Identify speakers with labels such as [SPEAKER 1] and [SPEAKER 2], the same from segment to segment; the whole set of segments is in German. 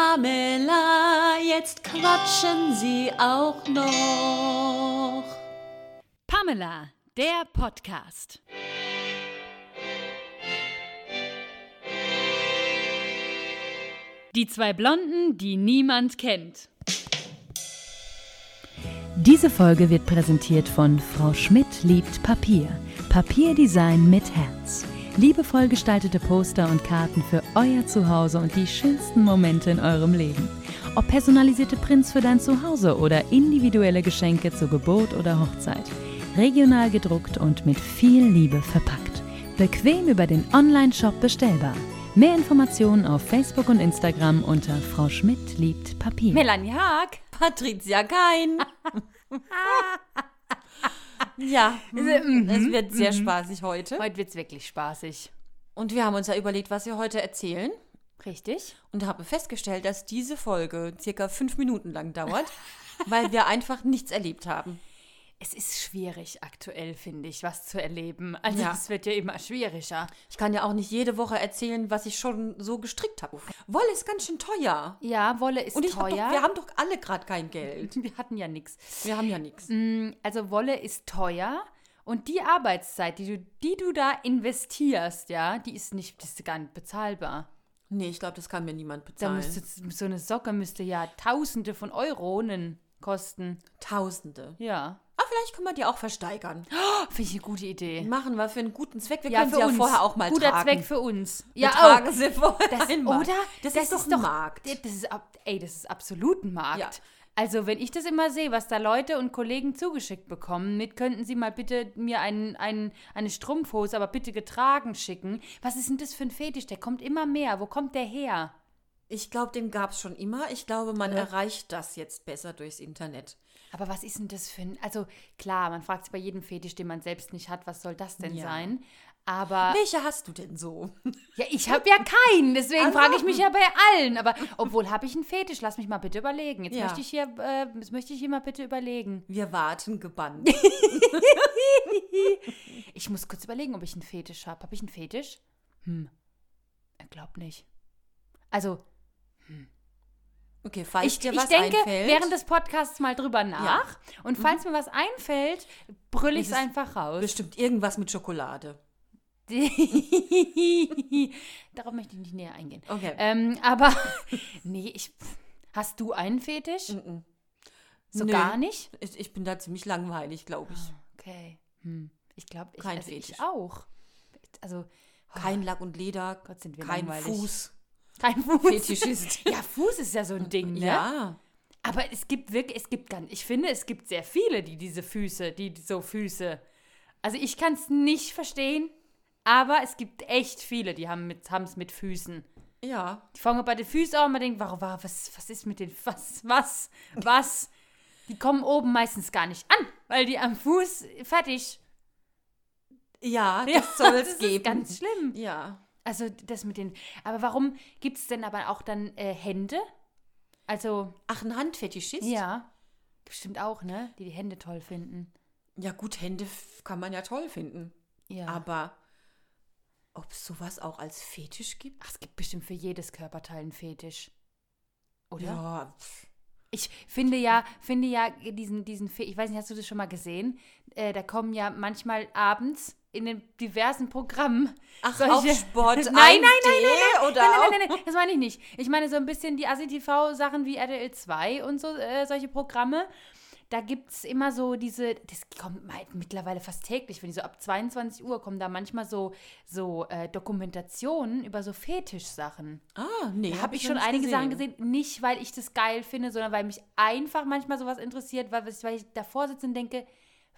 [SPEAKER 1] Pamela, jetzt quatschen Sie auch noch.
[SPEAKER 2] Pamela, der Podcast. Die zwei Blonden, die niemand kennt.
[SPEAKER 3] Diese Folge wird präsentiert von Frau Schmidt liebt Papier. Papierdesign mit Herz. Liebevoll gestaltete Poster und Karten für euer Zuhause und die schönsten Momente in eurem Leben. Ob personalisierte Prints für dein Zuhause oder individuelle Geschenke zur Geburt oder Hochzeit. Regional gedruckt und mit viel Liebe verpackt. Bequem über den Online-Shop bestellbar. Mehr Informationen auf Facebook und Instagram unter Frau Schmidt liebt Papier.
[SPEAKER 1] Melanie Haag, Patricia Kein. ja, mhm,
[SPEAKER 2] mhm,
[SPEAKER 1] es wird sehr spaßig heute.
[SPEAKER 2] Heute wird's wirklich spaßig.
[SPEAKER 1] Und wir haben uns ja überlegt, was wir heute erzählen.
[SPEAKER 2] Richtig?
[SPEAKER 1] Und habe festgestellt, dass diese Folge circa fünf Minuten lang dauert, weil wir einfach nichts erlebt haben.
[SPEAKER 2] Es ist schwierig aktuell, finde ich, was zu erleben. Also
[SPEAKER 1] Ja.
[SPEAKER 2] es wird ja immer schwieriger.
[SPEAKER 1] Ich kann ja auch nicht jede Woche erzählen, was ich schon so gestrickt habe. Wolle ist ganz schön teuer.
[SPEAKER 2] Ja, Wolle ist
[SPEAKER 1] Und ich hab
[SPEAKER 2] teuer.
[SPEAKER 1] doch, wir haben doch alle gerade kein Geld.
[SPEAKER 2] wir hatten ja nichts.
[SPEAKER 1] Wir haben ja nichts.
[SPEAKER 2] Also Wolle ist teuer und die Arbeitszeit, die du, die du da investierst, ja, die ist nicht, die ist gar nicht bezahlbar.
[SPEAKER 1] Nee, ich glaube, das kann mir niemand
[SPEAKER 2] Da
[SPEAKER 1] bezahlen.
[SPEAKER 2] müsste so eine Socke müsste ja Tausende von Euronen kosten.
[SPEAKER 1] Tausende.
[SPEAKER 2] Ja,
[SPEAKER 1] Ah, vielleicht können wir die auch versteigern.
[SPEAKER 2] finde ich eine gute Idee.
[SPEAKER 1] Machen wir für einen guten Zweck. Wir
[SPEAKER 2] Ja,
[SPEAKER 1] können sie
[SPEAKER 2] für
[SPEAKER 1] ja
[SPEAKER 2] uns.
[SPEAKER 1] vorher auch mal
[SPEAKER 2] Guter
[SPEAKER 1] tragen.
[SPEAKER 2] Zweck für uns.
[SPEAKER 1] Wir
[SPEAKER 2] Ja,
[SPEAKER 1] tragen
[SPEAKER 2] oh,
[SPEAKER 1] sie vorher
[SPEAKER 2] das,
[SPEAKER 1] einmal.
[SPEAKER 2] oder?
[SPEAKER 1] Das, ist doch ein Markt.
[SPEAKER 2] Das ist, ab- ey, das ist absolut ein Markt.
[SPEAKER 1] Ja.
[SPEAKER 2] Also, wenn ich das immer sehe, was da Leute und Kollegen zugeschickt bekommen, mit könnten Sie mal bitte mir einen, einen, eine Strumpfhose, aber bitte getragen schicken. Was ist denn das für ein Fetisch? Der kommt immer mehr. Wo kommt der her?
[SPEAKER 1] Ich glaube, den gab es schon immer. Ich glaube, man erreicht das jetzt besser durchs Internet.
[SPEAKER 2] Aber was ist denn das für ein. Also, klar, man fragt sich bei jedem Fetisch, den man selbst nicht hat, was soll das denn
[SPEAKER 1] Ja.
[SPEAKER 2] sein? Aber.
[SPEAKER 1] Welche hast du denn so?
[SPEAKER 2] Ja, ich habe ja keinen, deswegen
[SPEAKER 1] Also.
[SPEAKER 2] frage ich mich ja bei allen. Aber obwohl habe ich einen Fetisch, lass mich mal bitte überlegen. Jetzt
[SPEAKER 1] Ja.
[SPEAKER 2] möchte ich hier, äh, das möchte ich hier mal bitte überlegen.
[SPEAKER 1] Wir warten gebannt.
[SPEAKER 2] Ich muss kurz überlegen, ob ich einen Fetisch habe. Habe ich einen Fetisch? Hm. Ich glaube nicht. Also,
[SPEAKER 1] Okay, falls
[SPEAKER 2] ich,
[SPEAKER 1] dir
[SPEAKER 2] ich
[SPEAKER 1] was
[SPEAKER 2] denke
[SPEAKER 1] einfällt. Mhm.
[SPEAKER 2] während des Podcasts mal drüber nach. Und falls mir was einfällt, brülle ich es
[SPEAKER 1] Ist es
[SPEAKER 2] einfach raus.
[SPEAKER 1] Bestimmt irgendwas mit Schokolade.
[SPEAKER 2] Darauf möchte ich nicht näher eingehen.
[SPEAKER 1] Okay.
[SPEAKER 2] Ähm, aber, nee, ich. Hast du einen Fetisch?
[SPEAKER 1] Mhm.
[SPEAKER 2] So
[SPEAKER 1] Nö.
[SPEAKER 2] gar nicht?
[SPEAKER 1] Ich, ich bin da ziemlich langweilig, glaube ich.
[SPEAKER 2] Okay. Hm. Ich glaube, ich,
[SPEAKER 1] Kein
[SPEAKER 2] also ich
[SPEAKER 1] Fetisch.
[SPEAKER 2] auch. Also
[SPEAKER 1] Kein Lack und Leder,
[SPEAKER 2] Oh Gott, sind wir
[SPEAKER 1] kein
[SPEAKER 2] langweilig.
[SPEAKER 1] Fuß.
[SPEAKER 2] kein Fuß.
[SPEAKER 1] Fetischist.
[SPEAKER 2] Ja, Fuß ist ja so ein Ding, ne?
[SPEAKER 1] Ja.
[SPEAKER 2] Aber es gibt wirklich, es gibt ganz, ich finde, es gibt sehr viele, die diese Füße, die so Füße. Also ich kann es nicht verstehen, aber es gibt echt viele, die haben es mit Füßen.
[SPEAKER 1] Ja.
[SPEAKER 2] Die fangen bei den Füßen an und man denkt, warum, warum, was, was ist mit den, was, was, was? Die kommen oben meistens gar nicht an, weil die am Fuß fertig.
[SPEAKER 1] Ja, das soll es
[SPEAKER 2] das
[SPEAKER 1] geben.
[SPEAKER 2] Ist ganz schlimm.
[SPEAKER 1] ja.
[SPEAKER 2] Also das mit den. Aber warum gibt es denn aber auch dann äh, Hände? Also.
[SPEAKER 1] Ach, ein Handfetischist?
[SPEAKER 2] Ja. Bestimmt auch, ne? Die die Hände toll finden.
[SPEAKER 1] Ja, gut, Hände f- kann man ja toll finden.
[SPEAKER 2] Ja.
[SPEAKER 1] Aber ob es sowas auch als Fetisch gibt?
[SPEAKER 2] Ach, es gibt bestimmt für jedes Körperteil einen Fetisch. Oder?
[SPEAKER 1] Ja. pf.
[SPEAKER 2] Ich finde ja, finde ja diesen, diesen Fe ich weiß nicht, hast du das schon mal gesehen? Äh, da kommen ja manchmal abends in den diversen Programmen.
[SPEAKER 1] Ach,
[SPEAKER 2] solche-
[SPEAKER 1] auf Sport
[SPEAKER 2] Nein, nein, nein,
[SPEAKER 1] 1D
[SPEAKER 2] nein, nein,
[SPEAKER 1] oder
[SPEAKER 2] nein, nein,
[SPEAKER 1] auf-
[SPEAKER 2] nein, nein, das meine ich nicht. Ich meine so ein bisschen die ASI-TV-Sachen wie RTL 2 und so, äh, solche Programme. Da gibt es immer so diese, das kommt mal mittlerweile fast täglich, wenn die so ab 22 Uhr kommen da manchmal so, so äh, Dokumentationen über so Fetischsachen.
[SPEAKER 1] Ah, nee.
[SPEAKER 2] Habe ich schon einige
[SPEAKER 1] Sachen
[SPEAKER 2] Sachen gesehen, nicht weil ich das geil finde, sondern weil mich einfach manchmal sowas interessiert, weil, weil ich davor sitze und denke,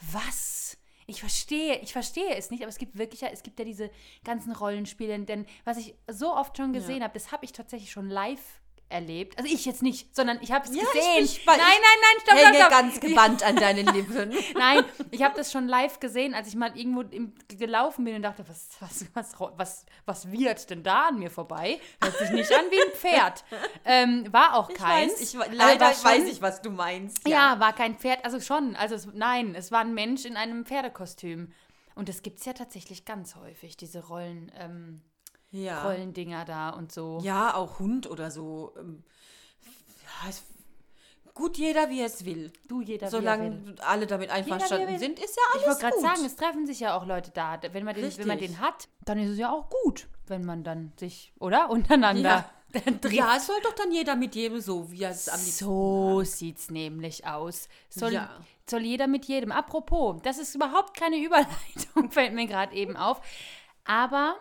[SPEAKER 2] was? Ich verstehe, ich verstehe es nicht, aber es gibt wirklich, ja- es gibt ja diese ganzen Rollenspiele, denn was ich so oft schon gesehen habe, das habe ich tatsächlich schon live erlebt. Also ich jetzt nicht, sondern ich habe es
[SPEAKER 1] Ja, ich
[SPEAKER 2] gesehen.
[SPEAKER 1] bin
[SPEAKER 2] nein, nein,
[SPEAKER 1] gespannt.
[SPEAKER 2] nein, stopp,
[SPEAKER 1] Hänge
[SPEAKER 2] stopp, stopp.
[SPEAKER 1] ganz gebannt an deinen Lippen.
[SPEAKER 2] Nein, ich habe das schon live gesehen, als ich mal irgendwo im, gelaufen bin und dachte, was, was, was, was, was wird denn da an mir vorbei? Hört sich nicht an wie ein Pferd. Ähm, war auch keins.
[SPEAKER 1] Ich
[SPEAKER 2] aber
[SPEAKER 1] weiß, ich, leider
[SPEAKER 2] war schon-
[SPEAKER 1] weiß ich, was du meinst.
[SPEAKER 2] Ja. war kein Pferd, also schon. Also es, nein, es war ein Mensch in einem Pferdekostüm. Und das gibt es ja tatsächlich ganz häufig, diese Rollen. Ähm,
[SPEAKER 1] Ja.
[SPEAKER 2] Rollendinger da und so.
[SPEAKER 1] Ja, auch Hund oder so. ähm, Ja, es, gut, jeder wie er es will.
[SPEAKER 2] Du, jeder wie er will.
[SPEAKER 1] Solange alle damit
[SPEAKER 2] er
[SPEAKER 1] einverstanden
[SPEAKER 2] will.
[SPEAKER 1] sind, ist ja alles
[SPEAKER 2] Ich wollte gerade
[SPEAKER 1] gut.
[SPEAKER 2] sagen, es treffen sich ja auch Leute da. Wenn man, den, wenn man
[SPEAKER 1] Richtig.
[SPEAKER 2] den hat, dann ist es ja auch gut, wenn man dann sich, oder? Untereinander.
[SPEAKER 1] Ja.
[SPEAKER 2] Dann dreht-
[SPEAKER 1] ja, es soll doch dann jeder mit jedem so, wie er es am liebsten.
[SPEAKER 2] So sieht's nämlich aus. Soll,
[SPEAKER 1] Ja.
[SPEAKER 2] soll jeder mit jedem. Apropos, das ist überhaupt keine Überleitung, fällt mir gerade eben auf. Aber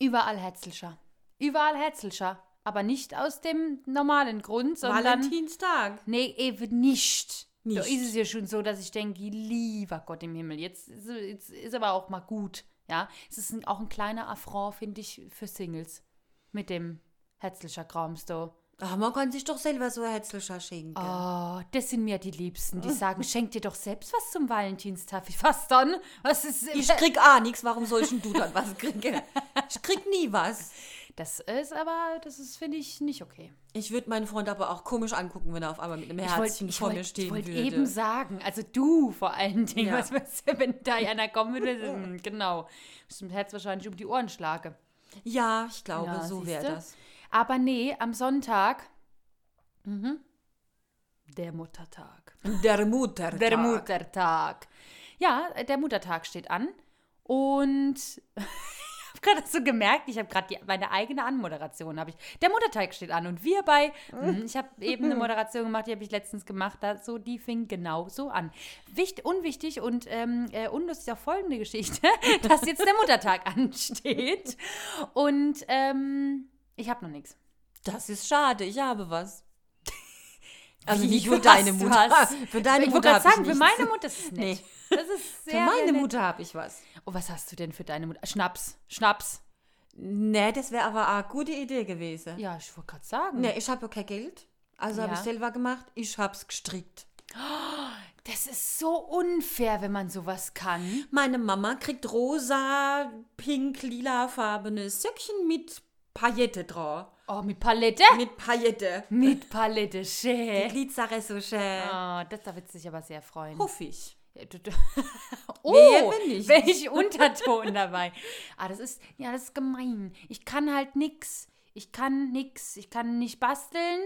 [SPEAKER 2] überall Hetzelscher. Überall Hetzelscher. Aber nicht aus dem normalen Grund, sondern.
[SPEAKER 1] Valentinstag.
[SPEAKER 2] Nee, eben nicht.
[SPEAKER 1] Nicht.
[SPEAKER 2] Da ist es ja schon so, dass ich denke, lieber Gott im Himmel, jetzt, ist- jetzt ist aber auch mal gut. Ja, es ist ein, auch ein kleiner Affront, finde ich, für Singles. Mit dem Herzlicher Krams da.
[SPEAKER 1] Ach, Ah, man kann sich doch selber so ein Hetzelscher schenken.
[SPEAKER 2] Oh, das sind mir die Liebsten, die sagen, schenk dir doch selbst was zum Valentinstag. Was dann? Was ist
[SPEAKER 1] Ich krieg auch nichts, warum soll ich denn du dann was kriegen? Ich krieg nie was.
[SPEAKER 2] Das ist aber, das ist, finde ich, nicht okay.
[SPEAKER 1] Ich würde meinen Freund aber auch komisch angucken, wenn er auf einmal mit einem
[SPEAKER 2] Ich wollt-
[SPEAKER 1] Herzchen
[SPEAKER 2] ich
[SPEAKER 1] vor
[SPEAKER 2] wollt-
[SPEAKER 1] mir stehen
[SPEAKER 2] Ich wollte
[SPEAKER 1] würde.
[SPEAKER 2] eben sagen, also du vor allen Dingen,
[SPEAKER 1] Ja.
[SPEAKER 2] was was, wenn da einer kommen würde, hm, genau. Ich dem Herz wahrscheinlich um die Ohren schlage.
[SPEAKER 1] ja, ich glaube,
[SPEAKER 2] Ja,
[SPEAKER 1] so wäre
[SPEAKER 2] siehste?
[SPEAKER 1] das.
[SPEAKER 2] Aber nee, am Sonntag, mhm, der Muttertag.
[SPEAKER 1] Der Mutter.
[SPEAKER 2] Der Muttertag. Ja, äh, der Muttertag steht an. Und ich habe gerade so gemerkt, ich habe gerade die- meine eigene Anmoderation. Hab ich. Der Muttertag steht an. Und wir bei, Mhm, ich habe eben eine Moderation gemacht, die habe ich letztens gemacht. Da, so, die fing genau so an. Wicht, unwichtig und ähm, äh, unlustig auch folgende Geschichte, dass jetzt der Muttertag ansteht. Und ähm, ich habe noch nichts.
[SPEAKER 1] Das ist schade, ich habe was. Also
[SPEAKER 2] Wie,
[SPEAKER 1] nicht
[SPEAKER 2] du
[SPEAKER 1] für deine
[SPEAKER 2] hast
[SPEAKER 1] Mutter.
[SPEAKER 2] was?
[SPEAKER 1] Für deine
[SPEAKER 2] ich wollte
[SPEAKER 1] Mutter
[SPEAKER 2] gerade
[SPEAKER 1] habe ich
[SPEAKER 2] sagen, für
[SPEAKER 1] nichts.
[SPEAKER 2] meine Mutter ist es nicht. Das ist
[SPEAKER 1] Für
[SPEAKER 2] sehr sehr
[SPEAKER 1] meine
[SPEAKER 2] nett.
[SPEAKER 1] Mutter habe ich was.
[SPEAKER 2] Oh, was hast du denn für deine Mutter? Schnaps, Schnaps.
[SPEAKER 1] Nee, das wäre aber eine gute Idee gewesen.
[SPEAKER 2] Ja, ich wollte gerade sagen.
[SPEAKER 1] Nee, ich habe ja kein Geld. Also habe
[SPEAKER 2] Ja.
[SPEAKER 1] ich selber gemacht. Ich hab's gestrickt.
[SPEAKER 2] Das ist so unfair, wenn man sowas kann.
[SPEAKER 1] Meine Mama kriegt rosa, pink, lila farbene Söckchen mit Paillette drauf.
[SPEAKER 2] Oh, mit Palette?
[SPEAKER 1] Mit Paillette. Ah.
[SPEAKER 2] Mit Palette,
[SPEAKER 1] Die
[SPEAKER 2] schön.
[SPEAKER 1] Glitzere so schön.
[SPEAKER 2] Oh, das da wird sich aber sehr freuen.
[SPEAKER 1] Puffig.
[SPEAKER 2] Ja, du- du- Oh,
[SPEAKER 1] Wer bin ich?
[SPEAKER 2] welch Unterton dabei. Ah, das ist, ja, das ist gemein. Ich kann halt nix. Ich kann nix. Ich kann nicht basteln.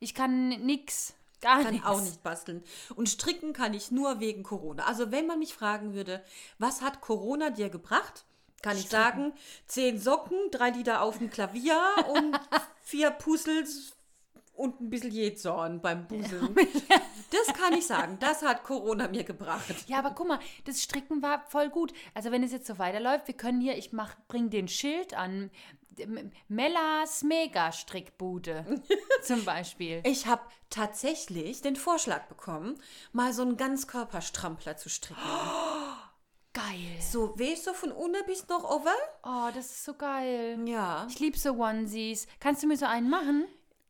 [SPEAKER 2] Ich kann nix. Gar
[SPEAKER 1] Kann
[SPEAKER 2] nix.
[SPEAKER 1] auch nicht basteln. Und stricken kann ich nur wegen Corona. Also wenn man mich fragen würde, was hat Corona dir gebracht? Kann ich sagen, zehn Socken, drei Lieder auf dem Klavier und vier Puzzles und ein bisschen Jezorn beim Puzzeln. Das kann ich sagen. Das hat Corona mir gebracht.
[SPEAKER 2] Ja, aber guck mal, das Stricken war voll gut. Also wenn es jetzt so weiterläuft, wir können hier, ich mach, bring den Schild an. M- Mellas Mega-Strickbude zum Beispiel.
[SPEAKER 1] Ich habe tatsächlich den Vorschlag bekommen, mal so einen Ganzkörperstrampler zu stricken.
[SPEAKER 2] Geil.
[SPEAKER 1] So, weißt du, von unten bis noch over?
[SPEAKER 2] Oh, das ist so geil.
[SPEAKER 1] Ja.
[SPEAKER 2] Ich liebe so Onesies. Kannst du mir so einen machen?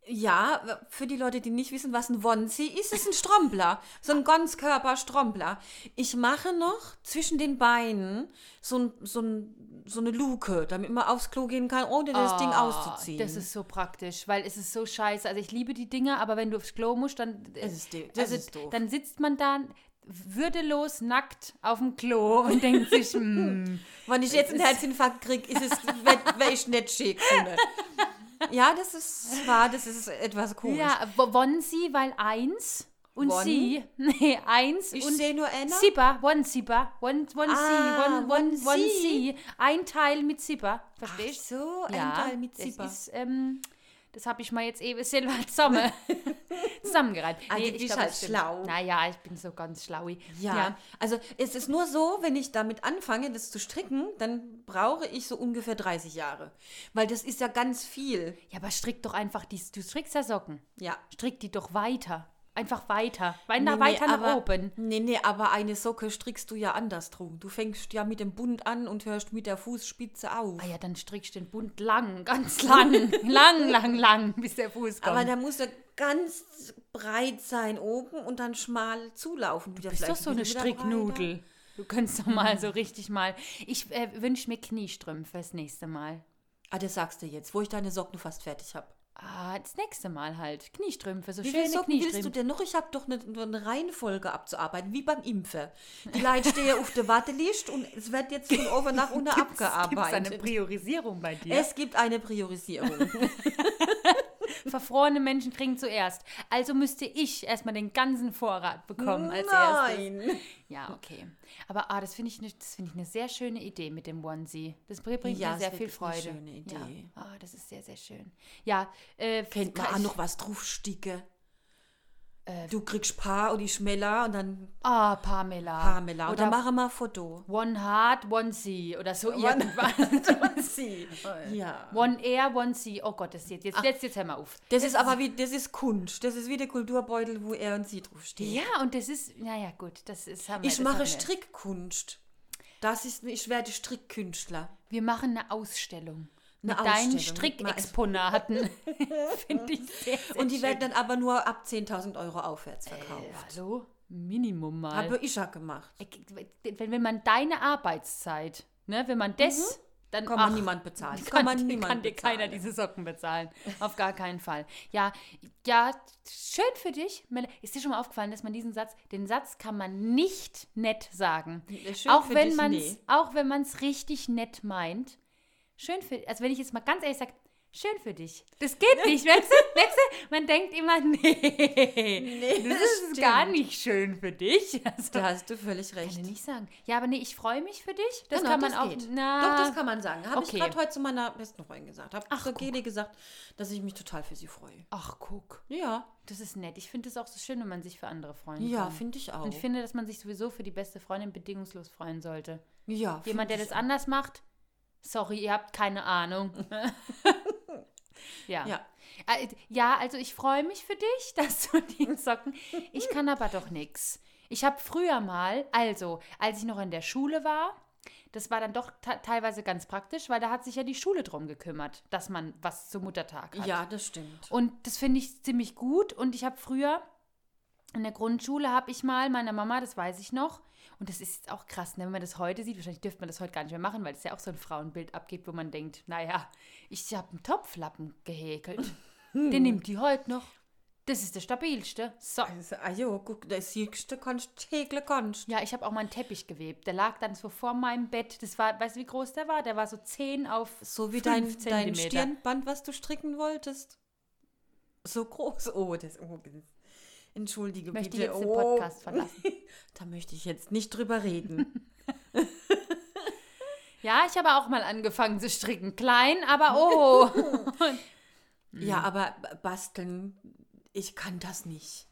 [SPEAKER 1] Ja, für die Leute, die nicht wissen, was ein Wonsi ist, ist ein Strompler. So ein Ganzkörper-Strompler. Ich mache noch zwischen den Beinen so, ein, so, ein, so eine Luke, damit man aufs Klo gehen kann, ohne das Ding auszuziehen.
[SPEAKER 2] Ah, Das ist so praktisch, weil es ist so scheiße. Also ich liebe die Dinger, aber wenn du aufs Klo musst, dann, äh,
[SPEAKER 1] Das
[SPEAKER 2] also
[SPEAKER 1] ist de- das ist doof.
[SPEAKER 2] dann sitzt man da würdelos nackt auf dem Klo und denkt sich, hm,
[SPEAKER 1] Wenn ich jetzt einen Herzinfarkt kriege, ist es, wäre ich nicht schick. finde. Ja, das ist wahr, das ist etwas komisch.
[SPEAKER 2] Ja, wo- won sie, weil eins und
[SPEAKER 1] Won?
[SPEAKER 2] sie. Nee, eins
[SPEAKER 1] Ich
[SPEAKER 2] und
[SPEAKER 1] sehe nur Anna.
[SPEAKER 2] Zipper, one Zipper, one, one
[SPEAKER 1] Ah,
[SPEAKER 2] sie, one, one,
[SPEAKER 1] one
[SPEAKER 2] one
[SPEAKER 1] sie.
[SPEAKER 2] sie. Ein Teil mit Zipper, verstehst du?
[SPEAKER 1] so, ein Teil mit Zipper.
[SPEAKER 2] Das, ist, ähm, das habe ich mal jetzt eben selber zusammen, zusammengereiht.
[SPEAKER 1] Ah, du bist halt
[SPEAKER 2] das stimmt.
[SPEAKER 1] schlau.
[SPEAKER 2] Naja, ich bin so ganz schlaui.
[SPEAKER 1] Ja. also es ist nur so, wenn ich damit anfange, das zu stricken, dann brauche ich so ungefähr 30 Jahre. Weil das ist ja ganz viel.
[SPEAKER 2] Ja, aber strick doch einfach die, du strickst ja Socken.
[SPEAKER 1] Ja.
[SPEAKER 2] Strick die doch weiter. Einfach weiter. Weiter, weiter nach
[SPEAKER 1] aber,
[SPEAKER 2] oben.
[SPEAKER 1] Nee, nee, aber eine Socke strickst du ja andersrum. Du fängst ja mit dem Bund an und hörst mit der Fußspitze auf.
[SPEAKER 2] Ah ja, dann strickst du den Bund lang, ganz lang, lang, lang, lang, bis der Fuß kommt.
[SPEAKER 1] Aber da muss er ganz breit sein oben und dann schmal zulaufen. Du
[SPEAKER 2] das ist doch so eine Stricknudel. Du könntest doch
[SPEAKER 1] Mhm.
[SPEAKER 2] mal so richtig mal. Ich äh, wünsche mir Kniestrümpfe das nächste Mal.
[SPEAKER 1] Ah, das sagst du jetzt, wo ich deine Socken fast fertig habe.
[SPEAKER 2] Ah, das nächste Mal halt. Kniestrümpfe, so
[SPEAKER 1] Wie viele
[SPEAKER 2] schöne
[SPEAKER 1] Socken
[SPEAKER 2] Kniestrümpfe.
[SPEAKER 1] willst du denn noch? Ich habe doch eine, eine Reihenfolge abzuarbeiten, wie beim Impfen. Die Leute stehen auf der Warteliste und es wird jetzt von oben nach unten
[SPEAKER 2] Gibt's da
[SPEAKER 1] abgearbeitet.
[SPEAKER 2] eine Priorisierung bei dir?
[SPEAKER 1] es gibt eine Priorisierung.
[SPEAKER 2] Äh, Verfrorene Menschen kriegen zuerst. Also müsste ich erstmal den ganzen Vorrat bekommen als erstes.
[SPEAKER 1] Nein.
[SPEAKER 2] Ja, okay. Aber ah, das finde ich, ne, das finde ich eine sehr schöne Idee mit dem Onesie. Das br- bringt
[SPEAKER 1] Ja,
[SPEAKER 2] mir
[SPEAKER 1] ist
[SPEAKER 2] sehr viel
[SPEAKER 1] wirklich eine
[SPEAKER 2] Freude.
[SPEAKER 1] schöne Idee.
[SPEAKER 2] Ja. Ah, das ist sehr, sehr schön. Ja, äh,
[SPEAKER 1] Kennt man
[SPEAKER 2] kann
[SPEAKER 1] auch
[SPEAKER 2] ich-
[SPEAKER 1] noch was draufsticken?
[SPEAKER 2] Äh.
[SPEAKER 1] du kriegst Paar und ich Schmeller und dann
[SPEAKER 2] Ah, Pamela.
[SPEAKER 1] Pamela. Und
[SPEAKER 2] Oder
[SPEAKER 1] dann machen wir ein Foto.
[SPEAKER 2] One Heart, One Sea oder so
[SPEAKER 1] One-
[SPEAKER 2] irgendwas.
[SPEAKER 1] Sie.
[SPEAKER 2] Äh.
[SPEAKER 1] Ja.
[SPEAKER 2] One Air, One Sea. Oh Gott, das jetzt, jetzt,
[SPEAKER 1] Ah.
[SPEAKER 2] jetzt, jetzt hör mal auf.
[SPEAKER 1] Das ist aber wie, das ist Kunst. Das ist wie der Kulturbeutel, wo er und sie draufstehen.
[SPEAKER 2] Ja, und das ist, naja, gut, das ist. Haben wir,
[SPEAKER 1] Ich
[SPEAKER 2] das haben
[SPEAKER 1] mache
[SPEAKER 2] wir.
[SPEAKER 1] Strickkunst. Das ist, ich werde Strickkünstler.
[SPEAKER 2] Wir machen eine Ausstellung.
[SPEAKER 1] Eine
[SPEAKER 2] mit deinen
[SPEAKER 1] Ausstellung, mit meinen-
[SPEAKER 2] Strickexponaten. Finde ich sehr, sehr
[SPEAKER 1] Und die
[SPEAKER 2] schön.
[SPEAKER 1] werden dann aber nur ab 10.000 Euro aufwärts verkauft.
[SPEAKER 2] Ja, hallo? Minimum mal.
[SPEAKER 1] Habe ich ja gemacht.
[SPEAKER 2] Äh, wenn, wenn man deine Arbeitszeit, ne, wenn man das, dann
[SPEAKER 1] Mhm. Kann man niemand bezahlen.
[SPEAKER 2] Kann,
[SPEAKER 1] Kann man
[SPEAKER 2] dir-
[SPEAKER 1] niemand
[SPEAKER 2] kann dir keiner
[SPEAKER 1] bezahlen.
[SPEAKER 2] diese Socken bezahlen. Auf gar keinen Fall. Ja, ja, schön für dich. Mel- Ist dir schon mal aufgefallen, dass man diesen Satz, den Satz kann man nicht nett sagen.
[SPEAKER 1] äh, Schön
[SPEAKER 2] auch,
[SPEAKER 1] für
[SPEAKER 2] wenn
[SPEAKER 1] dich,
[SPEAKER 2] man's,
[SPEAKER 1] nee.
[SPEAKER 2] auch wenn man es richtig nett meint. Schön für, also wenn ich jetzt mal ganz ehrlich sage, schön für dich. Das geht nicht, weißt du? Weißt du? Man denkt immer, nee, das ist
[SPEAKER 1] stimmt.
[SPEAKER 2] gar nicht schön für dich. Also,
[SPEAKER 1] Da hast du völlig recht.
[SPEAKER 2] kann ich nicht sagen. Ja, aber nee, ich freue mich für dich. Das
[SPEAKER 1] Genau,
[SPEAKER 2] kann man
[SPEAKER 1] das
[SPEAKER 2] auch.
[SPEAKER 1] geht.
[SPEAKER 2] Na,
[SPEAKER 1] Doch, das kann man sagen. Habe
[SPEAKER 2] Okay.
[SPEAKER 1] ich gerade heute zu meiner besten Freundin gesagt. Habe
[SPEAKER 2] Ach,
[SPEAKER 1] zur
[SPEAKER 2] guck.
[SPEAKER 1] Geli gesagt, dass ich mich total für sie freue.
[SPEAKER 2] Ach, guck.
[SPEAKER 1] Ja,
[SPEAKER 2] Das ist nett. Ich finde es auch so schön, wenn man sich für andere freuen
[SPEAKER 1] ja,
[SPEAKER 2] kann.
[SPEAKER 1] finde ich auch.
[SPEAKER 2] Und ich finde, dass man sich sowieso für die beste Freundin bedingungslos freuen sollte.
[SPEAKER 1] ja,
[SPEAKER 2] Jemand, der
[SPEAKER 1] find ich
[SPEAKER 2] das
[SPEAKER 1] auch.
[SPEAKER 2] anders macht, sorry, ihr habt keine Ahnung. ja.
[SPEAKER 1] Ja.
[SPEAKER 2] Äh, Ja, also ich freue mich für dich, dass du die Socken. Ich kann aber doch nichts. Ich habe früher mal, also als ich noch in der Schule war, das war dann doch te- teilweise ganz praktisch, weil da hat sich ja die Schule drum gekümmert, dass man was zum Muttertag hat.
[SPEAKER 1] Ja, das stimmt.
[SPEAKER 2] Und das finde ich ziemlich gut. Und ich habe früher in der Grundschule habe ich mal meiner Mama, das weiß ich noch, und das ist jetzt auch krass, ne, wenn man das heute sieht, wahrscheinlich dürfte man das heute gar nicht mehr machen, weil es ja auch so ein Frauenbild abgibt, wo man denkt, naja, ich habe einen Topflappen gehäkelt. Den nimmt die heute noch. Das ist der stabilste. So.
[SPEAKER 1] Also, ah jo, guck, das siegste kannst, Häkle kannst.
[SPEAKER 2] Ja, ich habe auch mal einen Teppich gewebt. Der lag dann so vor meinem Bett. Das war, weißt du, wie groß der war? Der war so 10 auf
[SPEAKER 1] So wie
[SPEAKER 2] 5
[SPEAKER 1] dein, dein
[SPEAKER 2] Zentimeter.
[SPEAKER 1] Stirnband, was du stricken wolltest. So groß. Oh, das. Oh, das Entschuldige
[SPEAKER 2] Möchte ich
[SPEAKER 1] bitte.
[SPEAKER 2] jetzt den
[SPEAKER 1] oh.
[SPEAKER 2] Podcast verlassen.
[SPEAKER 1] Da möchte ich jetzt nicht drüber reden.
[SPEAKER 2] Ja, ich habe auch mal angefangen zu stricken. Klein, aber oh.
[SPEAKER 1] ja, aber basteln, ich kann das nicht.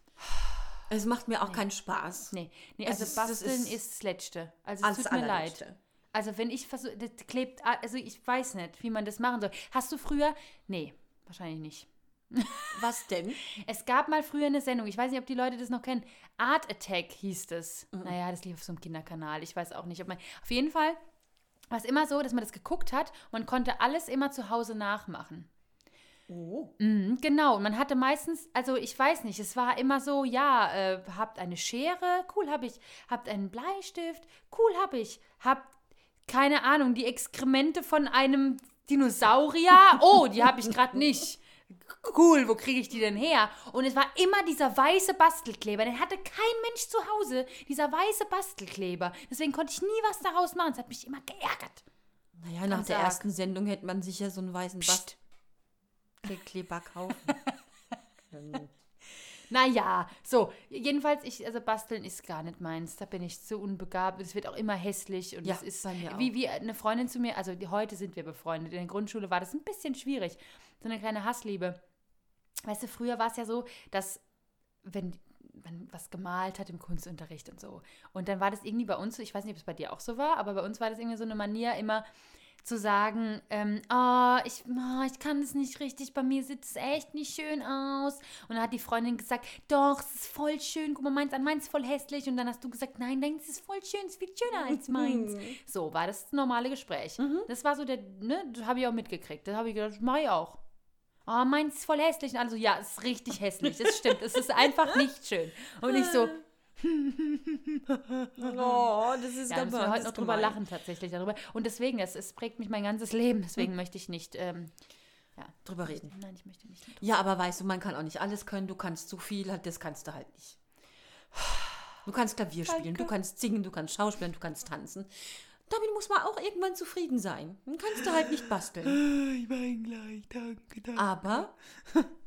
[SPEAKER 1] Es macht mir auch keinen Spaß.
[SPEAKER 2] Nee, nee
[SPEAKER 1] Es
[SPEAKER 2] also
[SPEAKER 1] ist- das
[SPEAKER 2] basteln ist,
[SPEAKER 1] ist-
[SPEAKER 2] das Letzte. Also es
[SPEAKER 1] Als
[SPEAKER 2] tut mir leid.
[SPEAKER 1] allerletzte.
[SPEAKER 2] Also wenn ich versuche, das klebt, a- also ich weiß nicht, wie man das machen soll. Hast du früher, nee, wahrscheinlich nicht.
[SPEAKER 1] Was denn?
[SPEAKER 2] Es gab mal früher eine Sendung, ich weiß nicht, ob die Leute das noch kennen, Art Attack hieß es. Naja, das lief auf so einem Kinderkanal, ich weiß auch nicht. Ob man, auf jeden Fall war es immer so, dass man das geguckt hat, man konnte alles immer zu Hause nachmachen.
[SPEAKER 1] Oh.
[SPEAKER 2] Mhm, Genau, und man hatte meistens, also ich weiß nicht, es war immer so, ja, äh, habt eine Schere, cool hab ich, habt einen Bleistift, cool hab ich, habt, keine Ahnung, die Exkremente von einem Dinosaurier, oh, die habe ich gerade nicht. Cool, wo kriege ich die denn her? Und es war immer dieser weiße Bastelkleber, den hatte kein Mensch zu Hause, dieser weiße Bastelkleber. Deswegen konnte ich nie was daraus machen, es hat mich immer geärgert.
[SPEAKER 1] Naja, nach
[SPEAKER 2] Ganz
[SPEAKER 1] der
[SPEAKER 2] arg.
[SPEAKER 1] ersten Sendung hätte man sicher so einen weißen
[SPEAKER 2] Psst.
[SPEAKER 1] Bastelkleber kaufen.
[SPEAKER 2] Naja, so, jedenfalls, ich, also basteln ist gar nicht meins. Da bin ich zu unbegabt. Es wird auch immer hässlich und
[SPEAKER 1] Ja,
[SPEAKER 2] es ist
[SPEAKER 1] bei mir auch.
[SPEAKER 2] wie, wie eine Freundin zu mir, also die- heute sind wir befreundet. In der Grundschule war das ein bisschen schwierig. So eine kleine Hassliebe. Weißt du, früher war es ja so, dass wenn man was gemalt hat im Kunstunterricht und so. Und dann war das irgendwie bei uns so, ich weiß nicht, ob es bei dir auch so war, aber bei uns war das irgendwie so eine Manier, immer zu sagen, ähm, oh, ich, oh, ich kann es nicht richtig, bei mir sieht es echt nicht schön aus. Und dann hat die Freundin gesagt, doch, es ist voll schön, guck mal, meins an, meins ist voll hässlich. Und dann hast du gesagt, nein, deins ist voll schön, es ist viel schöner als meins. So war das normale Gespräch.
[SPEAKER 1] Mhm.
[SPEAKER 2] Das war so der, ne, das habe ich auch mitgekriegt. Da habe ich gedacht, mach ich auch. Oh, meins ist voll hässlich. Und alle so, ja, es ist richtig hässlich. Das stimmt. Es ist einfach nicht schön. Und ich so,
[SPEAKER 1] Oh, das ist
[SPEAKER 2] ja,
[SPEAKER 1] gemein,
[SPEAKER 2] müssen wir heute
[SPEAKER 1] das
[SPEAKER 2] noch
[SPEAKER 1] ist
[SPEAKER 2] drüber
[SPEAKER 1] gemein. Mhm.
[SPEAKER 2] lachen tatsächlich darüber. Und deswegen, das, es prägt mich mein ganzes Leben. Deswegen möchte ich nicht ähm, Ja.
[SPEAKER 1] drüber reden.
[SPEAKER 2] Nein, ich möchte nicht.
[SPEAKER 1] Ja, aber weißt du, man kann auch nicht alles können. Du kannst zu viel, halt, das kannst du halt nicht. Du kannst Klavier spielen,
[SPEAKER 2] Danke.
[SPEAKER 1] du kannst singen, du kannst schauspielen, du kannst tanzen. Damit muss man auch irgendwann zufrieden sein. Dann kannst du halt nicht basteln.
[SPEAKER 2] Ah, Ich weine gleich, danke, danke.
[SPEAKER 1] Aber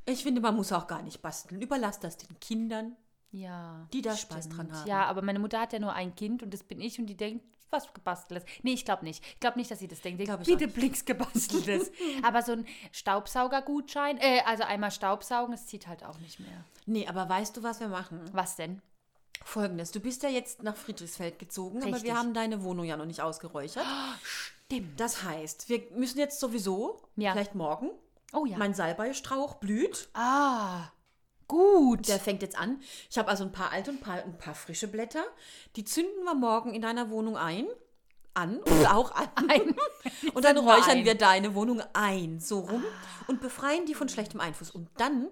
[SPEAKER 1] ich finde, man muss auch gar nicht basteln. Überlass das den Kindern.
[SPEAKER 2] Ja.
[SPEAKER 1] Die da Spaß dran haben.
[SPEAKER 2] Ja, aber meine Mutter hat ja nur ein Kind und das bin ich und die denkt, was gebasteltes. Nee, ich glaube nicht. Ich glaube nicht, dass sie das denkt.
[SPEAKER 1] Glaub ich auch
[SPEAKER 2] Bitte
[SPEAKER 1] nicht.
[SPEAKER 2] blinks gebasteltes. aber so ein Staubsaugergutschein, äh, also einmal Staubsaugen, es zieht halt auch nicht mehr.
[SPEAKER 1] Nee, aber weißt du, was wir machen?
[SPEAKER 2] Was denn?
[SPEAKER 1] Folgendes. Du bist ja jetzt nach Friedrichsfeld gezogen, aber
[SPEAKER 2] Richtig. Oh,
[SPEAKER 1] wir haben deine Wohnung ja noch nicht ausgeräuchert.
[SPEAKER 2] Stimmt.
[SPEAKER 1] Das heißt, wir müssen jetzt sowieso,
[SPEAKER 2] Ja.
[SPEAKER 1] vielleicht morgen,
[SPEAKER 2] Oh ja.
[SPEAKER 1] mein Salbeistrauch blüht.
[SPEAKER 2] ah, gut.
[SPEAKER 1] Der fängt jetzt an. Ich habe also ein paar alte und ein paar, ein paar frische Blätter. Die zünden wir morgen in deiner Wohnung ein. An und auch an.
[SPEAKER 2] Ein-
[SPEAKER 1] Und dann
[SPEAKER 2] Zünden wir
[SPEAKER 1] räuchern
[SPEAKER 2] ein. Ah.
[SPEAKER 1] wir deine Wohnung ein, so rum. Und befreien die von schlechtem Einfluss. Und dann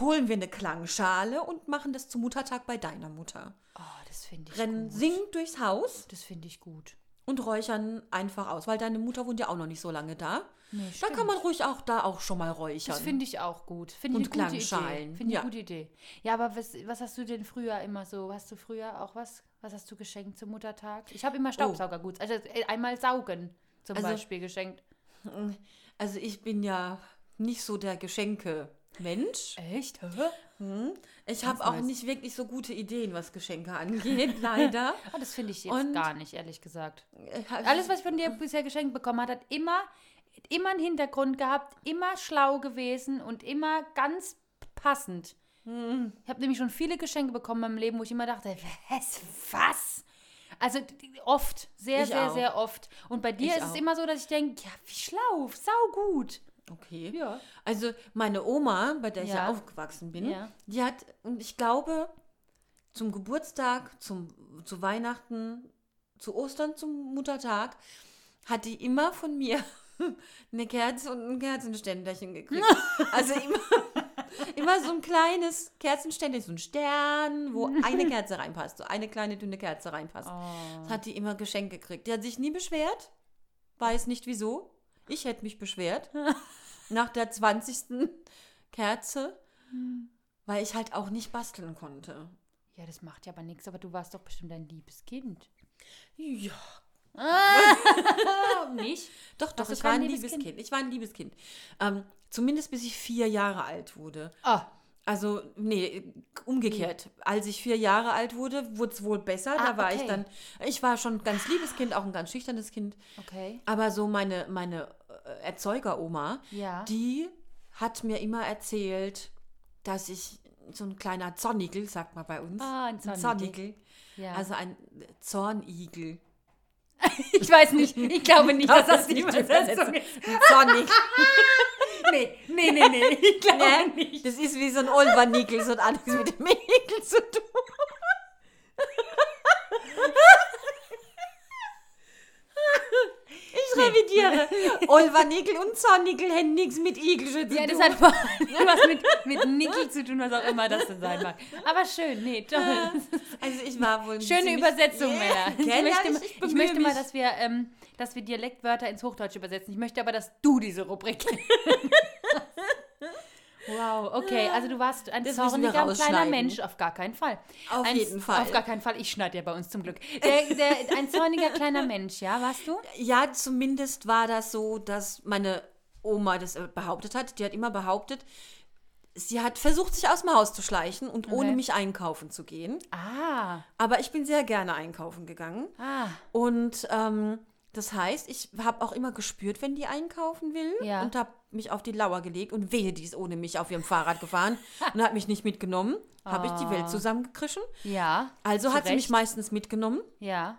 [SPEAKER 1] holen wir eine Klangschale und machen das zum Muttertag bei deiner Mutter.
[SPEAKER 2] oh, das finde ich
[SPEAKER 1] Rennen
[SPEAKER 2] gut.
[SPEAKER 1] singend durchs Haus
[SPEAKER 2] Das finde ich gut.
[SPEAKER 1] und räuchern einfach aus, weil deine Mutter wohnt ja auch noch nicht so lange da.
[SPEAKER 2] Nee,
[SPEAKER 1] da kann
[SPEAKER 2] stimmt.
[SPEAKER 1] man ruhig auch da auch schon mal
[SPEAKER 2] Das
[SPEAKER 1] räuchern.
[SPEAKER 2] finde ich auch gut. Finde
[SPEAKER 1] Und
[SPEAKER 2] ich eine gute Idee.
[SPEAKER 1] Klangschalen,
[SPEAKER 2] Finde ich
[SPEAKER 1] ja.
[SPEAKER 2] eine gute Idee. Ja, aber was, was hast du denn früher immer so? Hast du früher auch was? Was hast du geschenkt zum Muttertag? Ich habe immer Staubsaugerguts. Also äh, einmal saugen zum
[SPEAKER 1] Oh. Also-
[SPEAKER 2] Beispiel geschenkt.
[SPEAKER 1] Also ich bin ja nicht so der Geschenke-Mensch.
[SPEAKER 2] Echt? Hä?
[SPEAKER 1] Ich habe auch
[SPEAKER 2] Neues.
[SPEAKER 1] nicht wirklich so gute Ideen, was Geschenke angeht, leider.
[SPEAKER 2] Ah, das finde ich jetzt
[SPEAKER 1] Und-
[SPEAKER 2] gar nicht, ehrlich gesagt.
[SPEAKER 1] Äh, hab-
[SPEAKER 2] Alles, was ich von dir bisher geschenkt bekommen hat, hat immer, immer einen Hintergrund gehabt, immer schlau gewesen und immer ganz passend.
[SPEAKER 1] Hm.
[SPEAKER 2] Ich habe nämlich schon viele Geschenke bekommen in meinem Leben, wo ich immer dachte, was? was? Also die- oft, sehr,
[SPEAKER 1] Ich
[SPEAKER 2] sehr,
[SPEAKER 1] auch.
[SPEAKER 2] sehr oft. Und bei dir
[SPEAKER 1] Ich
[SPEAKER 2] ist
[SPEAKER 1] auch.
[SPEAKER 2] es immer so, dass ich denke, ja, wie schlau, sau gut.
[SPEAKER 1] Okay.
[SPEAKER 2] Ja.
[SPEAKER 1] Also meine Oma, bei der ich ja
[SPEAKER 2] Ja.
[SPEAKER 1] aufgewachsen bin,
[SPEAKER 2] Ja.
[SPEAKER 1] die hat, und ich glaube, zum Geburtstag, zum, zu Weihnachten, zu Ostern, zum Muttertag, hat die immer von mir eine Kerze und ein Kerzenständerchen gekriegt. Also immer, immer so ein kleines Kerzenständerchen, so ein Stern, wo eine Kerze reinpasst, so eine kleine dünne Kerze reinpasst.
[SPEAKER 2] Oh.
[SPEAKER 1] Das hat die immer geschenkt gekriegt. Die hat sich nie beschwert. Weiß nicht wieso. Ich hätte mich beschwert. Nach der 20. Kerze. Weil ich halt auch nicht basteln konnte.
[SPEAKER 2] Ja, das macht ja aber nichts, aber du warst doch bestimmt ein liebes Kind.
[SPEAKER 1] Ja.
[SPEAKER 2] Nicht?
[SPEAKER 1] Doch, doch,
[SPEAKER 2] du
[SPEAKER 1] ich war
[SPEAKER 2] kein
[SPEAKER 1] ein
[SPEAKER 2] liebes
[SPEAKER 1] liebes Kind. Ich war ein liebes Kind. Ähm, zumindest bis ich vier Jahre alt wurde.
[SPEAKER 2] Ah,
[SPEAKER 1] Also, nee, umgekehrt. Als ich vier Jahre alt wurde, wurde es wohl besser.
[SPEAKER 2] Ah,
[SPEAKER 1] da war
[SPEAKER 2] okay.
[SPEAKER 1] ich dann. Ich war schon ein ganz liebes Kind, auch ein ganz schüchternes Kind.
[SPEAKER 2] okay.
[SPEAKER 1] Aber so meine, meine äh, Erzeugeroma,
[SPEAKER 2] Ja.
[SPEAKER 1] die hat mir immer erzählt, dass ich so ein kleiner Zornigel, sagt man bei uns.
[SPEAKER 2] Ah, ein Zornigel. Ja.
[SPEAKER 1] Also ein Zornigel.
[SPEAKER 2] Ich weiß nicht. Ich glaube nicht, dass das die
[SPEAKER 1] nicht
[SPEAKER 2] Übersetzung ist.
[SPEAKER 1] Ein Zornigel. ne?
[SPEAKER 2] Nee, nee, nee, nee. Ich glaube nicht.
[SPEAKER 1] Das ist wie so ein Olvernigel, so hat nichts mit dem Igel zu tun. Ich revidiere. Olvernigel und Zornigel haben nichts mit Igel zu
[SPEAKER 2] Ja, das
[SPEAKER 1] tun.
[SPEAKER 2] hat vor allem was mit, mit Nickel zu tun, was auch immer das denn sein mag. Aber schön, nee, toll.
[SPEAKER 1] also ich war wohl ein
[SPEAKER 2] Schöne
[SPEAKER 1] ziemlich-
[SPEAKER 2] Übersetzung,
[SPEAKER 1] Ja,
[SPEAKER 2] Männer. Ich
[SPEAKER 1] gell?
[SPEAKER 2] möchte,
[SPEAKER 1] Ja,
[SPEAKER 2] mal- ich möchte mal, dass wir, ähm, dass wir Dialektwörter ins Hochdeutsche übersetzen. Ich möchte aber, dass du diese Rubrik. wow, okay. Also du warst ein
[SPEAKER 1] Das müssen wir
[SPEAKER 2] zorniger und kleiner
[SPEAKER 1] rausschneiden.
[SPEAKER 2] Mensch. Auf gar keinen Fall.
[SPEAKER 1] Auf
[SPEAKER 2] ein,
[SPEAKER 1] jeden Fall.
[SPEAKER 2] Auf gar keinen Fall. Ich schneide ja bei uns zum Glück. Der, der, ein zorniger kleiner Mensch, ja, warst du?
[SPEAKER 1] Ja, zumindest war das so, dass meine Oma das äh, behauptet hat. Die hat immer behauptet, sie hat versucht, sich aus dem Haus zu schleichen und ohne
[SPEAKER 2] Okay.
[SPEAKER 1] mich einkaufen zu gehen.
[SPEAKER 2] Ah,
[SPEAKER 1] Aber ich bin sehr gerne einkaufen gegangen.
[SPEAKER 2] ah.
[SPEAKER 1] Und ähm, das heißt, ich habe auch immer gespürt, wenn die einkaufen will
[SPEAKER 2] Ja.
[SPEAKER 1] und habe mich auf die Lauer gelegt und wehe, die ist ohne mich auf ihrem Fahrrad gefahren und hat mich nicht mitgenommen. Habe ich die Welt zusammengekrischen.
[SPEAKER 2] Ja.
[SPEAKER 1] Also
[SPEAKER 2] Ah. zu
[SPEAKER 1] hat sie mich
[SPEAKER 2] Recht.
[SPEAKER 1] meistens mitgenommen.
[SPEAKER 2] Ja.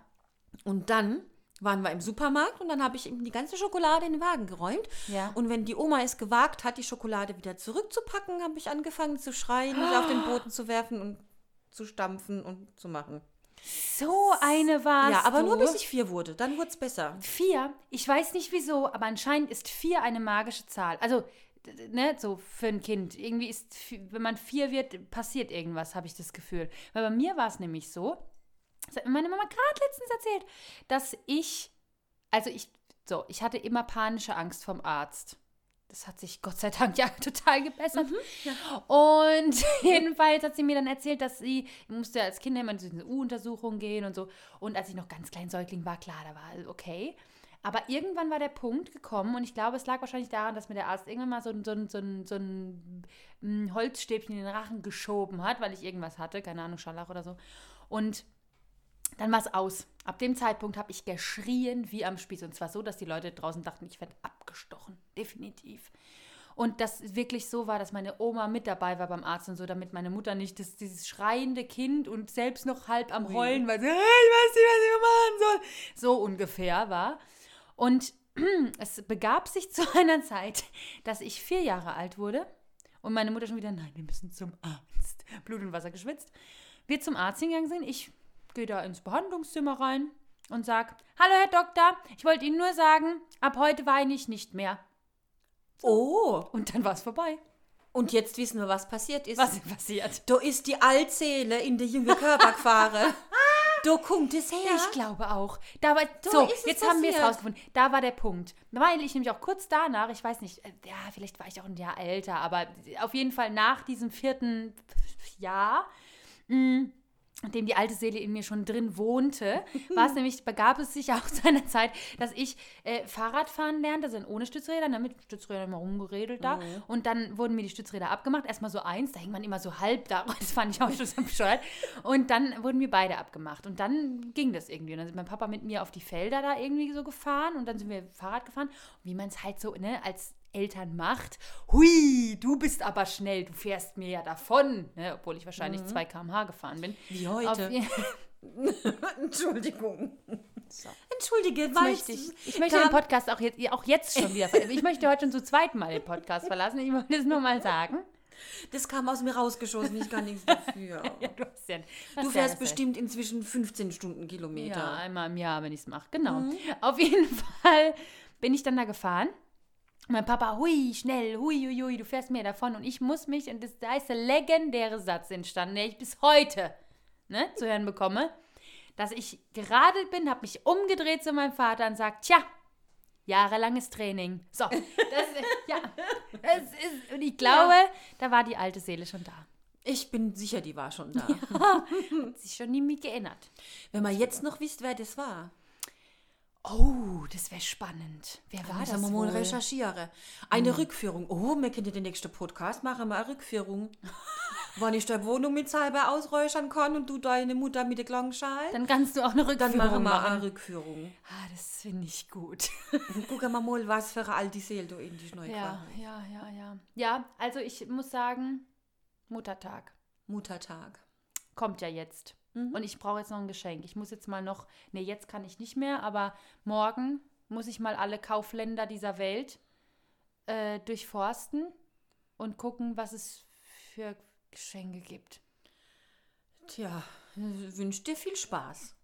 [SPEAKER 1] Und dann waren wir im Supermarkt und dann habe ich ihm die ganze Schokolade in den Wagen geräumt.
[SPEAKER 2] Ja.
[SPEAKER 1] Und wenn die Oma es gewagt hat, die Schokolade wieder zurückzupacken, habe ich angefangen zu schreien, mich auf den Boden zu werfen und zu stampfen und zu machen.
[SPEAKER 2] So eine war
[SPEAKER 1] ja, aber
[SPEAKER 2] du.
[SPEAKER 1] nur bis ich vier wurde. Dann wurde es besser.
[SPEAKER 2] Vier, ich weiß nicht wieso, aber anscheinend ist vier eine magische Zahl. Also, d- d- ne, so für ein Kind. Irgendwie ist, vi- wenn man vier wird, passiert irgendwas, habe ich das Gefühl. Weil bei mir war es nämlich so, das hat mir meine Mama gerade letztens erzählt, dass ich, also ich, so, ich hatte immer panische Angst vom Arzt. Das hat sich Gott sei Dank ja total gebessert.
[SPEAKER 1] Mhm.
[SPEAKER 2] Und jedenfalls hat sie mir dann erzählt, dass sie musste als Kind immer zu diesen U-Untersuchungen gehen und so. Und als ich noch ganz klein Säugling war, klar, da war alles okay. Aber irgendwann war der Punkt gekommen und ich glaube, es lag wahrscheinlich daran, dass mir der Arzt irgendwann mal so, ein- so, ein- so, ein- so ein mm, Holzstäbchen in den Rachen geschoben hat, weil ich irgendwas hatte, keine Ahnung, Schallach oder so. Und dann war es aus. Ab dem Zeitpunkt habe ich geschrien wie am Spieß. Und zwar so, dass die Leute draußen dachten, ich werde abgestochen. Definitiv. Und das wirklich so war, dass meine Oma mit dabei war beim Arzt und so, damit meine Mutter nicht das, dieses schreiende Kind und selbst noch halb am Heulen, weil sie, "Hey, ich weiß nicht, was ich machen soll, so ungefähr war. Und es begab sich zu einer Zeit, dass ich vier Jahre alt wurde und meine Mutter schon wieder, nein, wir müssen zum Arzt. Blut und Wasser geschwitzt. Wir zum Arzt hingegangen sind. Ich gehe da ins Behandlungszimmer rein und sag, hallo Herr Doktor, ich wollte Ihnen nur sagen, ab heute weine ich nicht mehr.
[SPEAKER 1] Oh,
[SPEAKER 2] Und dann war es vorbei.
[SPEAKER 1] und jetzt wissen wir, was passiert ist.
[SPEAKER 2] Was ist passiert?
[SPEAKER 1] Da ist die Allseele in der junge Körper gefahren. da kommt es her.
[SPEAKER 2] Ich glaube auch. Da war, so,
[SPEAKER 1] ist es
[SPEAKER 2] jetzt haben wir es
[SPEAKER 1] passiert.
[SPEAKER 2] rausgefunden. Da war der Punkt. Weil ich nämlich auch kurz danach, ich weiß nicht, äh, ja, vielleicht war ich auch ein Jahr älter, aber auf jeden Fall nach diesem vierten Jahr, mh, in dem die alte Seele in mir schon drin wohnte, war es nämlich, begab es sich auch zu einer Zeit, dass ich äh, Fahrrad fahren lernte, also ohne Stützräder, ne, mit Stützrädern immer rumgeredelt da. Und dann wurden mir die Stützräder abgemacht. Erstmal so eins, da hing man immer so halb da. Das fand ich auch schon bescheuert. Und dann wurden mir beide abgemacht. Und dann ging das irgendwie. Und dann sind mein Papa mit mir auf die Felder da irgendwie so gefahren. Und dann sind wir Fahrrad gefahren. Und wie man es halt so ne, als Eltern macht. Hui, du bist aber schnell, du fährst mir ja davon. Ne, obwohl ich wahrscheinlich 2 km/h gefahren bin.
[SPEAKER 1] Wie heute.
[SPEAKER 2] Auf je-
[SPEAKER 1] Entschuldigung. Entschuldige,
[SPEAKER 2] Jetzt
[SPEAKER 1] weil
[SPEAKER 2] möchte ich, ich möchte den Podcast auch jetzt, auch jetzt schon wieder verlassen. Ich möchte heute schon zum zweiten Mal den Podcast verlassen. Ich wollte es nur mal sagen.
[SPEAKER 1] das kam aus mir rausgeschossen, ich kann nichts dafür.
[SPEAKER 2] Du, hast ja-
[SPEAKER 1] Du
[SPEAKER 2] hast ja
[SPEAKER 1] fährst
[SPEAKER 2] das recht.
[SPEAKER 1] bestimmt inzwischen 15 Stundenkilometer.
[SPEAKER 2] Ja, einmal im Jahr, wenn ich es mache. Genau. Auf jeden Fall bin ich dann da gefahren. Mein Papa, hui, schnell, hui, hui, hui, du fährst mir davon. Und ich muss mich, und das, da ist der legendäre Satz entstanden, der ich bis heute ne, zu hören bekomme, dass ich geradelt bin, habe mich umgedreht zu meinem Vater und sagt, tja, jahrelanges Training. So, das, ja, das ist, und ich glaube, da war die alte Seele schon da.
[SPEAKER 1] Ich bin sicher, die war schon da.
[SPEAKER 2] Hat sich schon nie mit geändert.
[SPEAKER 1] Wenn man jetzt noch wisst, wer das war,
[SPEAKER 2] Oh, das wäre spannend. Wer war
[SPEAKER 1] dann
[SPEAKER 2] das
[SPEAKER 1] müssen wir mal
[SPEAKER 2] wohl? Mhm.
[SPEAKER 1] recherchieren. Eine Rückführung. Oh, wir können ja den nächsten Podcast machen, mal eine Rückführung. Wann ich deine Wohnung mit selber ausräuchern kann und du deine Mutter mit der kleinen Schale,
[SPEAKER 2] Dann kannst du auch eine
[SPEAKER 1] dann
[SPEAKER 2] Rückführung
[SPEAKER 1] machen
[SPEAKER 2] machen.
[SPEAKER 1] wir eine Rückführung.
[SPEAKER 2] Ah, das finde ich gut.
[SPEAKER 1] Und gucken wir mal, was für eine alte Seele du in die Schnee
[SPEAKER 2] ja,
[SPEAKER 1] ja.
[SPEAKER 2] ja, ja, ja. Ja, also ich muss sagen, Muttertag
[SPEAKER 1] Muttertag.
[SPEAKER 2] kommt ja jetzt.
[SPEAKER 1] Mhm.
[SPEAKER 2] Und ich brauche jetzt noch ein Geschenk. Ich muss jetzt mal noch, nee, jetzt kann ich nicht mehr, aber morgen muss ich mal alle Kaufländer dieser Welt äh, durchforsten und gucken, was es für Geschenke gibt.
[SPEAKER 1] Tja, wünsch dir viel Spaß.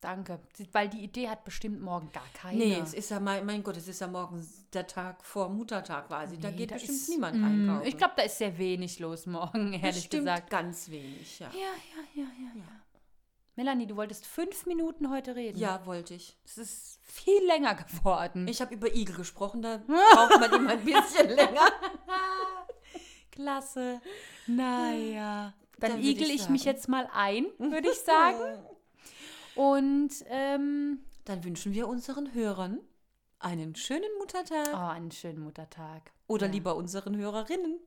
[SPEAKER 2] Danke, weil die Idee hat bestimmt morgen gar keine.
[SPEAKER 1] Nee, es ist ja mein, mein Gott, es ist ja morgen der Tag vor Muttertag quasi. da
[SPEAKER 2] Nee,
[SPEAKER 1] geht
[SPEAKER 2] da
[SPEAKER 1] bestimmt
[SPEAKER 2] ist-
[SPEAKER 1] niemand
[SPEAKER 2] Mm,
[SPEAKER 1] einkaufen.
[SPEAKER 2] Ich glaube, da ist sehr wenig los morgen, ehrlich
[SPEAKER 1] Bestimmt
[SPEAKER 2] gesagt.
[SPEAKER 1] ganz wenig, ja.
[SPEAKER 2] Ja, ja, ja, ja, ja. Melanie, du wolltest fünf Minuten heute reden.
[SPEAKER 1] Ja, wollte ich.
[SPEAKER 2] Es ist viel länger geworden.
[SPEAKER 1] Ich habe über Igel gesprochen, da braucht man immer ein bisschen länger.
[SPEAKER 2] Klasse. Naja. Dann,
[SPEAKER 1] Dann würd
[SPEAKER 2] igel
[SPEAKER 1] ich
[SPEAKER 2] ich, mich
[SPEAKER 1] sagen.
[SPEAKER 2] jetzt mal ein, würde ich sagen. Und ähm,
[SPEAKER 1] Dann wünschen wir unseren Hörern einen schönen
[SPEAKER 2] oh,
[SPEAKER 1] Muttertag.
[SPEAKER 2] einen schönen Muttertag.
[SPEAKER 1] Oder lieber unseren Hörerinnen.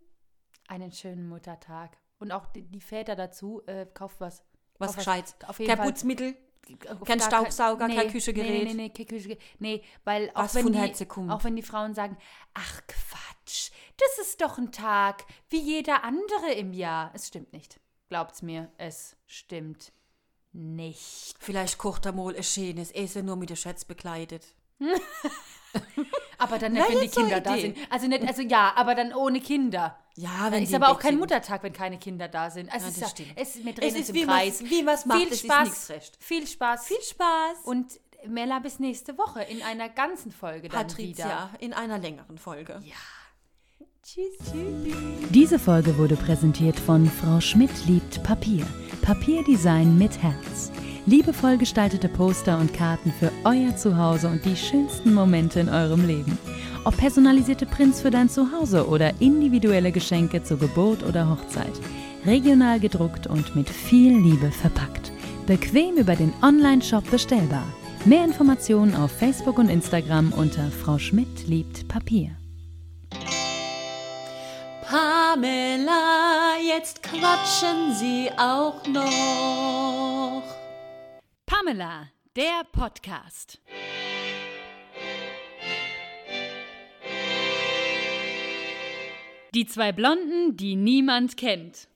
[SPEAKER 2] Einen schönen Muttertag. Und auch die, die Väter dazu, äh, kauft was.
[SPEAKER 1] Was
[SPEAKER 2] Kauft
[SPEAKER 1] Gescheites.
[SPEAKER 2] Auf jeden
[SPEAKER 1] Kein
[SPEAKER 2] Fall.
[SPEAKER 1] Putzmittel.
[SPEAKER 2] auf
[SPEAKER 1] Kein
[SPEAKER 2] gar
[SPEAKER 1] Staubsauger, kein Küchengerät.
[SPEAKER 2] Nee, nee, nee, kein Küchengerät. Nee, weil auch
[SPEAKER 1] Was
[SPEAKER 2] wenn,
[SPEAKER 1] von
[SPEAKER 2] die,
[SPEAKER 1] Herzen kommt.
[SPEAKER 2] auch wenn die Frauen sagen, ach Quatsch, das ist doch ein Tag, wie jeder andere im Jahr. Es stimmt nicht. Glaubt's mir, es stimmt nicht.
[SPEAKER 1] Vielleicht kocht er mal ein schönes Essen, nur mit der Schätz bekleidet.
[SPEAKER 2] Aber dann,
[SPEAKER 1] Na,
[SPEAKER 2] nicht, wenn die
[SPEAKER 1] jetzt so eine
[SPEAKER 2] Kinder da
[SPEAKER 1] Idee.
[SPEAKER 2] sind. Also, nicht, also ja, aber dann ohne Kinder.
[SPEAKER 1] Ja,
[SPEAKER 2] Dann
[SPEAKER 1] wenn
[SPEAKER 2] ist
[SPEAKER 1] die
[SPEAKER 2] aber
[SPEAKER 1] weg
[SPEAKER 2] auch kein
[SPEAKER 1] sind.
[SPEAKER 2] Muttertag, wenn keine Kinder da sind. Also
[SPEAKER 1] Ja,
[SPEAKER 2] es
[SPEAKER 1] das
[SPEAKER 2] ist, ja-
[SPEAKER 1] stimmt.
[SPEAKER 2] es, wir drehen
[SPEAKER 1] Es
[SPEAKER 2] uns
[SPEAKER 1] ist,
[SPEAKER 2] im
[SPEAKER 1] wie
[SPEAKER 2] Kreis.
[SPEAKER 1] man's- wie man's macht,
[SPEAKER 2] viel
[SPEAKER 1] es ist
[SPEAKER 2] Spaß,
[SPEAKER 1] nichts recht.
[SPEAKER 2] Viel Spaß.
[SPEAKER 1] Viel Spaß.
[SPEAKER 2] Und Mella bis nächste Woche in einer ganzen Folge dann wieder.
[SPEAKER 1] Patricia in einer längeren Folge.
[SPEAKER 2] Tschüss, tschüss.
[SPEAKER 3] Diese Folge wurde präsentiert von Frau Schmidt liebt Papier. Papierdesign mit Herz. Liebevoll gestaltete Poster und Karten für euer Zuhause und die schönsten Momente in eurem Leben.
[SPEAKER 2] Ob personalisierte Prints für dein Zuhause oder individuelle Geschenke zur Geburt oder Hochzeit. Regional gedruckt und mit viel Liebe verpackt. Bequem über den Online-Shop bestellbar. Mehr Informationen auf Facebook und Instagram unter Frau Schmidt liebt Papier.
[SPEAKER 4] Pamela, jetzt quatschen Sie auch noch.
[SPEAKER 5] Pamela, der Podcast. Die zwei Blonden, die niemand kennt.